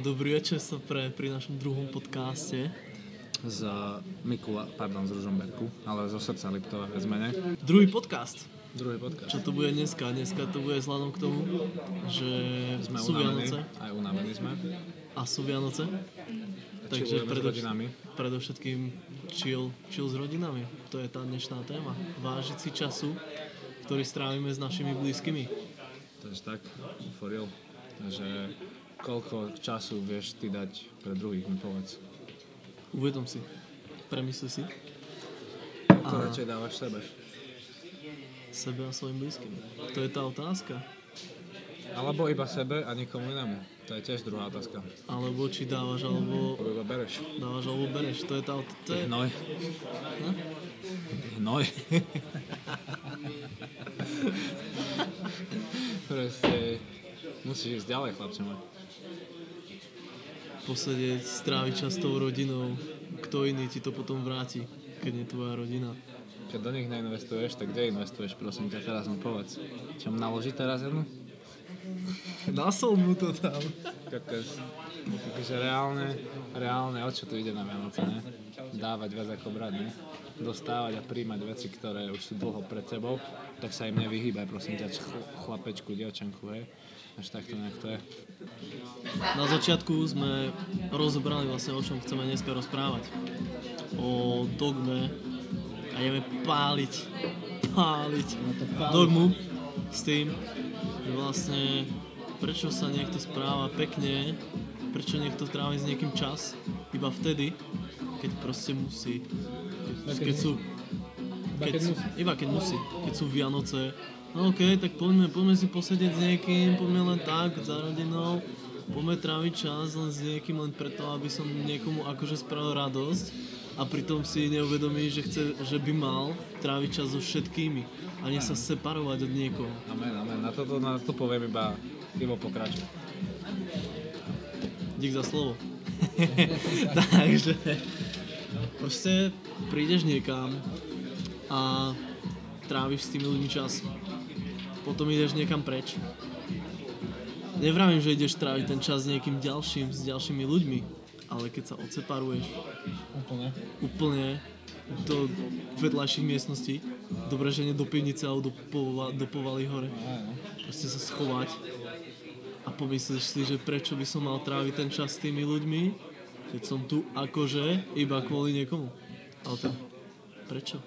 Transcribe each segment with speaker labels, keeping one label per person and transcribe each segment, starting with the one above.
Speaker 1: Dobrý večer sa pre, pri našom druhom podcaste.
Speaker 2: z Mikula, pardon, z Ružomberku, ale zo srdca Liptova viac menej.
Speaker 1: Druhý podcast.
Speaker 2: Druhý podcast.
Speaker 1: Čo to bude dneska? Dneska to bude vzhľadom k tomu, že
Speaker 2: Sme
Speaker 1: sú
Speaker 2: unavení,
Speaker 1: Vianoce
Speaker 2: aj unavení sme.
Speaker 1: a sú Vianoce. Takže
Speaker 2: Chillujeme s
Speaker 1: predovš-
Speaker 2: rodinami.
Speaker 1: predovšetkým chill, chill s rodinami. To je tá dnešná téma. Vážiť si času, ktorý strávime s našimi blízkymi.
Speaker 2: Takže tak, for real. Takže koľko času vieš ty dať pre druhých, mi povedz.
Speaker 1: Uvedom si. Premysli si
Speaker 2: Koľko radšej dávaš sebe?
Speaker 1: sebe a svojim blízkym. To je tá otázka.
Speaker 2: Alebo iba sebe a nikomu inému. To je tiež druhá otázka.
Speaker 1: Alebo či dávaš, alebo
Speaker 2: Koľko iba bereš?
Speaker 1: dávaš, alebo bereš. To je tá, ot- to je,
Speaker 2: Hnoj.
Speaker 1: Hm?
Speaker 2: Hnoj. Proste musíš ísť ďalej, chlapče môj.
Speaker 1: v podstate stráviť čas s tou rodinou, kto iný ti to potom vráti, keď nie tvoja rodina.
Speaker 2: Keď do nich neinvestuješ, tak kde investuješ, prosím ťa, teraz mi povedz. Čo naloží teraz jednu?
Speaker 1: Nasol mu to tam.
Speaker 2: Kokos. Takže reálne, reálne, o čo tu ide na Vianoce, ne? Dávať viac ako brať, ne? Dostávať a príjmať veci, ktoré už sú dlho pred tebou, tak sa im nevyhýbaj, prosím ťa, chl- chlapečku, dievčanku, hej? Až takto nejak to je.
Speaker 1: Na začiatku sme rozobrali vlastne o čom chceme dneska rozprávať. O dogme a ideme páliť, páliť dogmu s tým, že vlastne prečo sa niekto správa pekne, prečo niekto trávi s niekým čas, iba vtedy, keď proste musí. No, Keď, keď sú
Speaker 2: Iba
Speaker 1: keď,
Speaker 2: keď
Speaker 1: sú- iba keď musí. Keď sú Vianoce, no okej, tak poďme, poďme si posedieť s niekým, poďme len tak, za rodinou, poďme tráviť čas len s niekým, len preto, aby som niekomu akože spravil radosť a pritom si neuvedomí, že chce, že by mal tráviť čas so všetkými a nie sa separovať od niekoho.
Speaker 2: Amen, amen. Na toto, na to poviem iba, iba pokračuj.
Speaker 1: Dík za slovo. Takže proste prídeš niekam a tráviš s tými ľuďmi čas. Potom ideš niekam preč. Nevravím, že ideš tráviť ten čas s niekým ďalším, s ďalšími ľuďmi, ale keď sa odseparuješ
Speaker 2: Úplne.
Speaker 1: úplne do vedľajších miestností, dobre, že nie do pivnice alebo do, pova, do povaly hore,
Speaker 2: no.
Speaker 1: proste sa schovať a pomyslíš si, že prečo by som mal tráviť ten čas s tými ľuďmi, keď som tu akože iba kvôli niekomu. Ale to, prečo?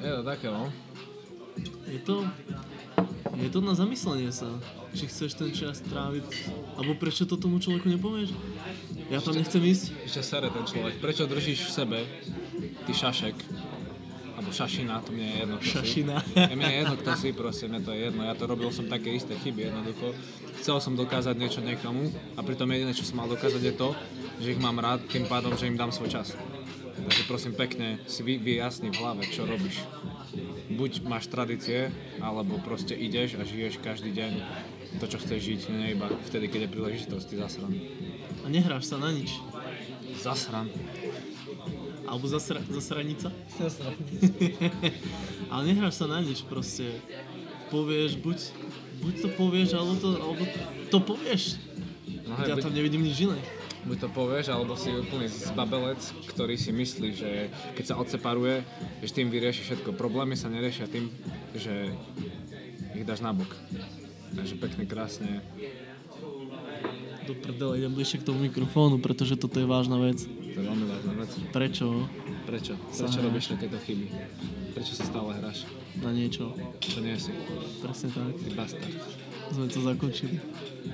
Speaker 2: Je to také, no.
Speaker 1: Je to, je to na zamyslenie sa, či chceš ten čas tráviť, alebo prečo to tomu človeku nepovieš? Ja tam nechcem ísť,
Speaker 2: Ešte sere ten človek. Prečo držíš v sebe ty šašek? Alebo šašina, to mne je jedno. kto si.
Speaker 1: Šašina.
Speaker 2: Ja, mne je jedno, kto si, proste, mne to je jedno. Ja to robil som také isté chyby, jednoducho. Chcel som dokázať niečo niekomu a pritom jediné, čo som mal dokázať je to, že ich mám rád, tým pádom, že im dám svoj čas. Takže prosím pekne, si vy, vyjasni v hlave, čo robíš. Buď máš tradície, alebo proste ideš a žiješ každý deň to, čo chceš žiť, nie iba vtedy, keď je príležitosť, ty zasran.
Speaker 1: a nehráš sa na nič.
Speaker 2: Zasran.
Speaker 1: Alebo zasra, zasranica. Ale nehráš sa na nič proste. Povieš, buď, buď to povieš, alebo to, alebo to povieš.
Speaker 2: No hej,
Speaker 1: Ja
Speaker 2: buď-
Speaker 1: tam nevidím nič iné.
Speaker 2: Buď to povieš, alebo si úplný zbabelec, ktorý si myslí, že keď sa odseparuje, že tým vyrieši všetko. Problémy sa neriešia tým, že ich dáš nabok. Takže pekne, krásne.
Speaker 1: Do prdele, idem bližšie k tomu mikrofónu, pretože toto je vážna vec.
Speaker 2: To je veľmi vážna vec.
Speaker 1: Prečo
Speaker 2: Prečo?
Speaker 1: Sa
Speaker 2: Prečo
Speaker 1: hráš.
Speaker 2: robíš takéto chyby? Prečo sa stále hráš?
Speaker 1: na niečo?
Speaker 2: Čo nie si?
Speaker 1: Presne tak.
Speaker 2: Ty bastard.
Speaker 1: Sme to zakončili.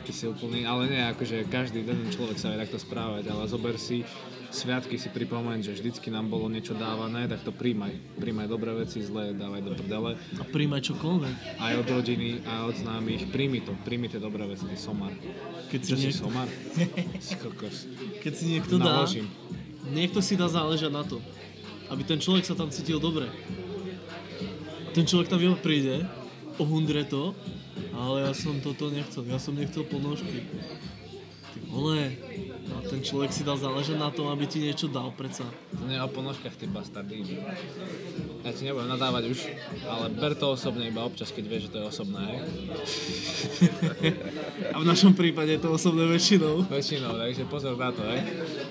Speaker 2: Ty si úplný, ale nie, akože každý jeden človek sa vie takto správať, ale zober si, sviatky si pripomeň, že vždycky nám bolo niečo dávané, tak to príjmaj. Príjmaj dobré veci, zlé, dávaj do prdele.
Speaker 1: A príjmaj čokoľvek.
Speaker 2: aj od rodiny, aj od známych. Príjmi to, príjmi tie dobré veci, ty somar.
Speaker 1: Keď si,
Speaker 2: Čo si
Speaker 1: niekto,
Speaker 2: somar? Si kokos.
Speaker 1: keď si niekto dá,
Speaker 2: Naložím.
Speaker 1: niekto si dá záležať na to, aby ten človek sa tam cítil dobre. Ten človek tam iba príde, ohundre to, ale ja som toto nechcel, ja som nechcel ponožky. Ty vole, a ten človek si dal záležať na tom, aby ti niečo dal, predsa.
Speaker 2: To nie je o ponožkách, ty bastardy. ja ti nebudem nadávať už, ale ber to osobne iba občas, keď vieš, že to je osobné. hej.
Speaker 1: A v našom prípade je to osobné väčšinou.
Speaker 2: Väčšinou, takže pozor na to, hej.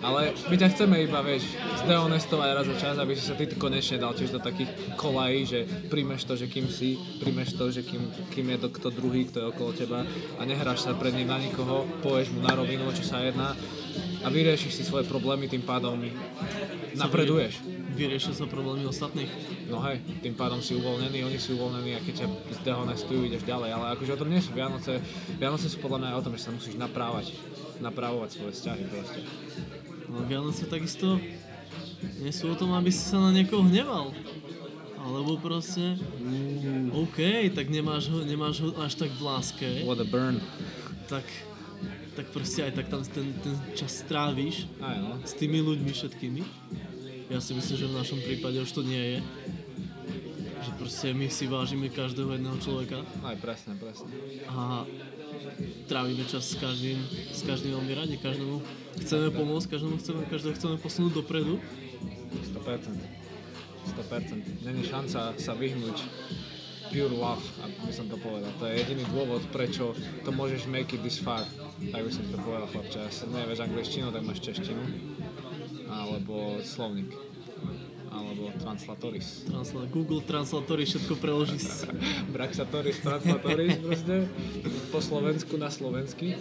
Speaker 2: Ale my ťa chceme iba, vieš, zdehonestovať raz za čas, aby si sa ty konečne dal tiež do takých kolají, že príjmeš to, že kým si, príjmeš to, že kým, kým je to kto druhý, kto je okolo teba a nehráš sa pred ním na nikoho, povieš mu na rovinu, o čo sa jedná a vyriešiš si svoje problémy, tým pádom napreduješ.
Speaker 1: Vyriešia sa problémy ostatných.
Speaker 2: No hej, tým pádom si uvoľnený, oni sú uvoľnení a keď ťa zdehonestujú, ideš ďalej. Ale akože o tom nie sú Vianoce. Vianoce sú podľa mňa aj o tom, že sa musíš naprávať. Napravovať svoje vzťahy proste.
Speaker 1: Ale Vianoce takisto nie sú o tom, aby si sa na niekoho hneval. Alebo proste, OK, tak nemáš ho, nemáš ho až tak v láske,
Speaker 2: What a burn.
Speaker 1: tak, tak proste aj tak tam ten, ten čas stráviš
Speaker 2: Aj no.
Speaker 1: s tými ľuďmi všetkými. Ja si myslím, že v našom prípade už to nie je. Že proste my si vážime každého jedného človeka
Speaker 2: Aj presne, presne.
Speaker 1: a trávime čas s každým, s každým veľmi radi, každému chceme pomôcť, každému chceme, každého chceme posunúť dopredu.
Speaker 2: 100%. 100%. Není šanca sa vyhnúť pure love, ak by som to povedal. To je jediný dôvod, prečo to môžeš make it this far. Tak by som to povedal, chlapče. Ak si nevieš angličtinu, tak máš češtinu. Alebo slovník. Alebo translatoris.
Speaker 1: Transla- Google Translatory všetko preloží s...
Speaker 2: Braxatoris, translatoris proste. Po slovensku na slovensky.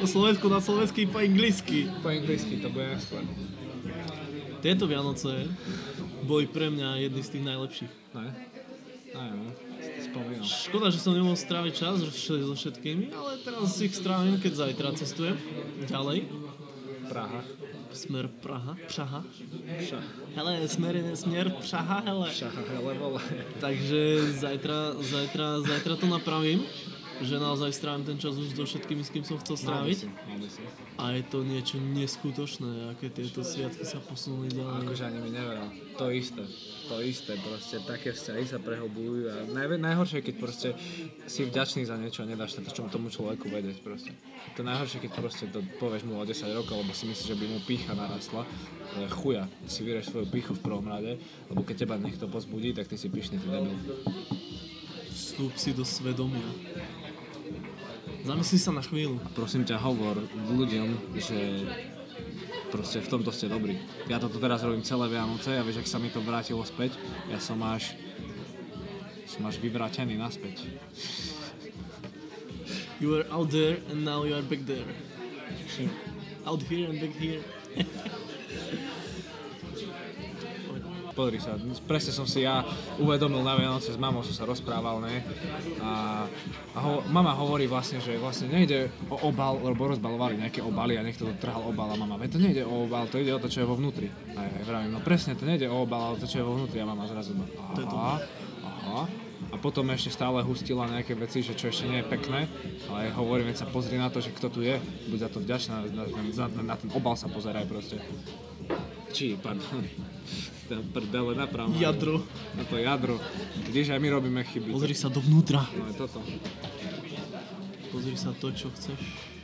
Speaker 1: po slovensku na slovenský po anglicky.
Speaker 2: Po anglicky to bude skôr.
Speaker 1: Tieto Vianoce boli pre mňa jedny z tých najlepších.
Speaker 2: Ne? Ne, no. Si to Spomínam.
Speaker 1: Škoda, že som nemohol stráviť čas vš- so všetkými, ale teraz ich strávim, keď zajtra cestujem ďalej.
Speaker 2: Praha.
Speaker 1: Smer Praha, Praha.
Speaker 2: Šach.
Speaker 1: Hele, smer je smer Praha, hele.
Speaker 2: Šach, hele, vole.
Speaker 1: Takže zajtra, zajtra, zajtra to napravím, že naozaj strávim ten čas už so všetkými, s kým som chcel stráviť. A je to niečo neskutočné, aké tieto sviatky sa posunuli ďalej.
Speaker 2: Akože ani mi neveral. To isté. To isté. Proste také vzťahy sa prehobujú a naj, najhoršie je, keď proste si vďačný za niečo a nedáš to čom tomu človeku vedieť proste. To najhoršie, keď proste to povieš mu o 10 rokov, lebo si myslíš, že by mu pícha narastla. Ale chuja, si vyrieš svoju píchu v prvom rade, lebo keď teba niekto pozbudí, tak ty si pyšný ty debil.
Speaker 1: Vstúp si do svedomia. Zamysli sa na chvíľu.
Speaker 2: Prosím ťa, hovor ľuďom, že proste v tomto ste dobrí. Ja toto teraz robím celé Vianoce a vieš, ak sa mi to vrátilo späť, ja som až som až vyvrátený naspäť.
Speaker 1: You were out there and now you are back there. Hm. Out here and back here.
Speaker 2: Pozri sa, presne som si ja uvedomil na Vianoce, s mamou som sa rozprával, ne? A, a ho, mama hovorí vlastne, že vlastne nejde o obal, lebo rozbalovali nejaké obaly a niekto to trhal obal a mama, veď to nejde o obal, to ide o to, čo je vo vnútri. A ja jej vravím, no presne, to nejde o obal, ale to, čo je vo vnútri a mama zrazu,
Speaker 1: To je to.
Speaker 2: aha, aha. A potom ešte stále hustila nejaké veci, že čo ešte nie je pekné, ale ja hovorím, veď sa pozri na to, že kto tu je, buď za to vďačná, na, na, na, na ten obal sa pozeraj proste. Či, pardon. Tá prdele napravo.
Speaker 1: Jadro.
Speaker 2: Na No to jadro. Vidíš, aj my robíme chyby.
Speaker 1: Pozri sa dovnútra.
Speaker 2: No je toto.
Speaker 1: Pozri sa to, čo chceš.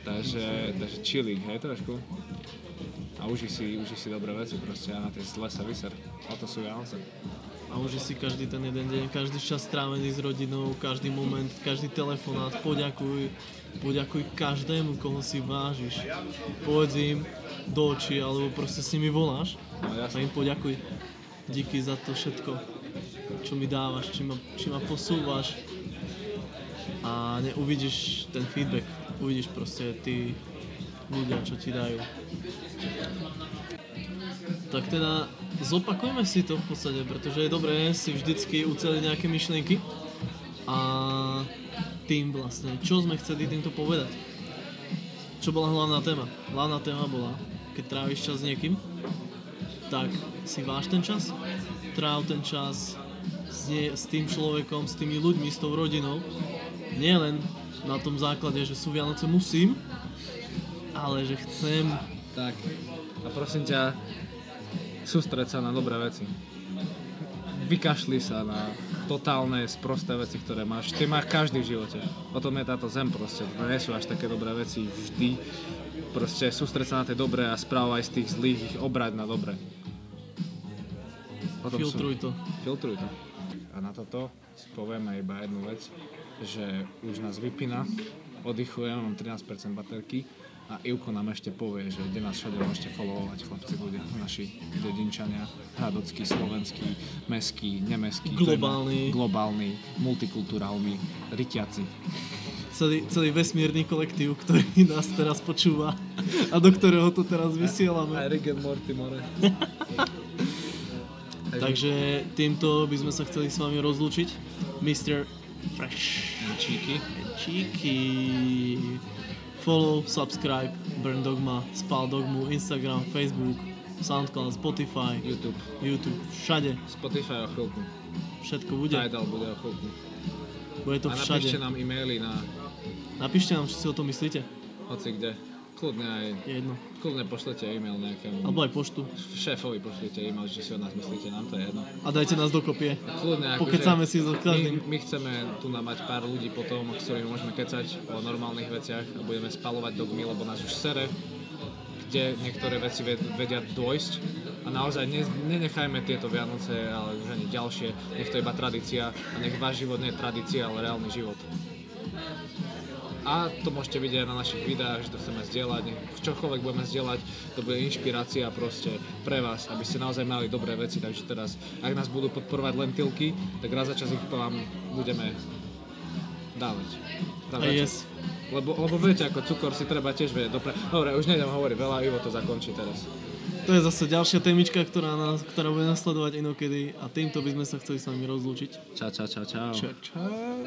Speaker 2: Takže, takže chilling, hej trošku. A uži si, uži si dobré veci proste a na tie zle sa vyser. A to sú Vianoce.
Speaker 1: A už si každý ten jeden deň, každý čas strávený s rodinou, každý moment, každý telefonát, poďakuj, poďakuj každému, koho si vážiš. Povedz im do očí, alebo proste s nimi voláš
Speaker 2: No
Speaker 1: a
Speaker 2: jasne.
Speaker 1: im poďakuj. Díky za to všetko, čo mi dávaš, či ma, či ma posúvaš. A neuvidíš ten feedback, uvidíš proste tí ľudia, čo ti dajú. Tak teda zopakujme si to v podstate, pretože je dobré si vždycky uceliť nejaké myšlienky a tým vlastne, čo sme chceli týmto povedať. Čo bola hlavná téma? Hlavná téma bola, keď tráviš čas s niekým, tak si váš ten čas, tráv ten čas s, nie, s tým človekom, s tými ľuďmi, s tou rodinou. Nie len na tom základe, že sú Vianoce musím, ale že chcem.
Speaker 2: Tak. A prosím ťa, sústreď sa na dobré veci. Vykašli sa na totálne sprosté veci, ktoré máš. Ty máš každý v živote. O tom je táto zem proste. To nie sú až také dobré veci vždy. Proste sústreď sa na tie dobré a správaj z tých zlých ich obrať na dobré. Potom sú-
Speaker 1: Filtruj to.
Speaker 2: Filtruj to. A na toto si povieme iba jednu vec, že už nás vypína, oddychujem, mám 13% baterky a Ivko nám ešte povie, že kde nás všade môžete followovať, chlapci, ľudia, naši dedinčania, hradocký, slovenský, meský, nemeský,
Speaker 1: Globálny.
Speaker 2: téma- globálny, multikulturálny, rytiaci.
Speaker 1: Celý, celý vesmírny kolektív, ktorý nás teraz počúva a do ktorého to teraz vysielame.
Speaker 2: Rick and Morty, more.
Speaker 1: Takže týmto by sme sa chceli s vami rozlúčiť. Mr. Fresh.
Speaker 2: Číky.
Speaker 1: Číky. Follow, subscribe, Burn Dogma, Spal Dogmu, Instagram, Facebook, Soundcloud, Spotify,
Speaker 2: YouTube.
Speaker 1: YouTube, všade,
Speaker 2: Spotify o chvíľku.
Speaker 1: všetko bude.
Speaker 2: Tidal bude o chvíľku.
Speaker 1: Bude to
Speaker 2: A
Speaker 1: všade.
Speaker 2: napíšte nám e-maily na
Speaker 1: Napíšte nám, čo si o tom myslíte.
Speaker 2: hoci kde. Kľudne aj,
Speaker 1: Je jedno.
Speaker 2: kľudne pošlete e-mail nejakému.
Speaker 1: Alebo aj poštu.
Speaker 2: Šéfovi pošlite e-mail, že si o nás myslíte, nám to je jedno.
Speaker 1: A dajte nás dokopie.
Speaker 2: Kľudne, akože-
Speaker 1: Pokecáme si so
Speaker 2: my,
Speaker 1: každým.
Speaker 2: my chceme tu nám mať pár ľudí potom, s ktorými môžeme kecať o normálnych veciach a budeme spalovať dogmy, lebo nás už sere, kde niektoré veci ved- vedia dojsť. A naozaj ne, nenechajme tieto Vianoce, ale už ani ďalšie. Nech to je iba tradícia a nech váš život nie je tradícia, ale reálny život. A to môžete vidieť aj na našich videách, že to chceme zdieľať. Nech Čokoľvek budeme zdieľať, to bude inšpirácia proste pre vás, aby ste naozaj mali dobré veci. Takže teraz, ak nás budú podporovať len tilky, tak raz za čas ich vám budeme dávať. Raz
Speaker 1: A
Speaker 2: za
Speaker 1: yes.
Speaker 2: čas. Lebo, lebo viete, ako cukor si treba tiež vedieť dobre. Dobre, už nejdem hovoriť veľa, Ivo to zakončí teraz.
Speaker 1: To je zase ďalšia témička, ktorá, nás, ktorá bude nasledovať inokedy. A týmto by sme sa chceli s vami rozlúčiť.
Speaker 2: Čau, čau, čau, čau.
Speaker 1: Čau, čau.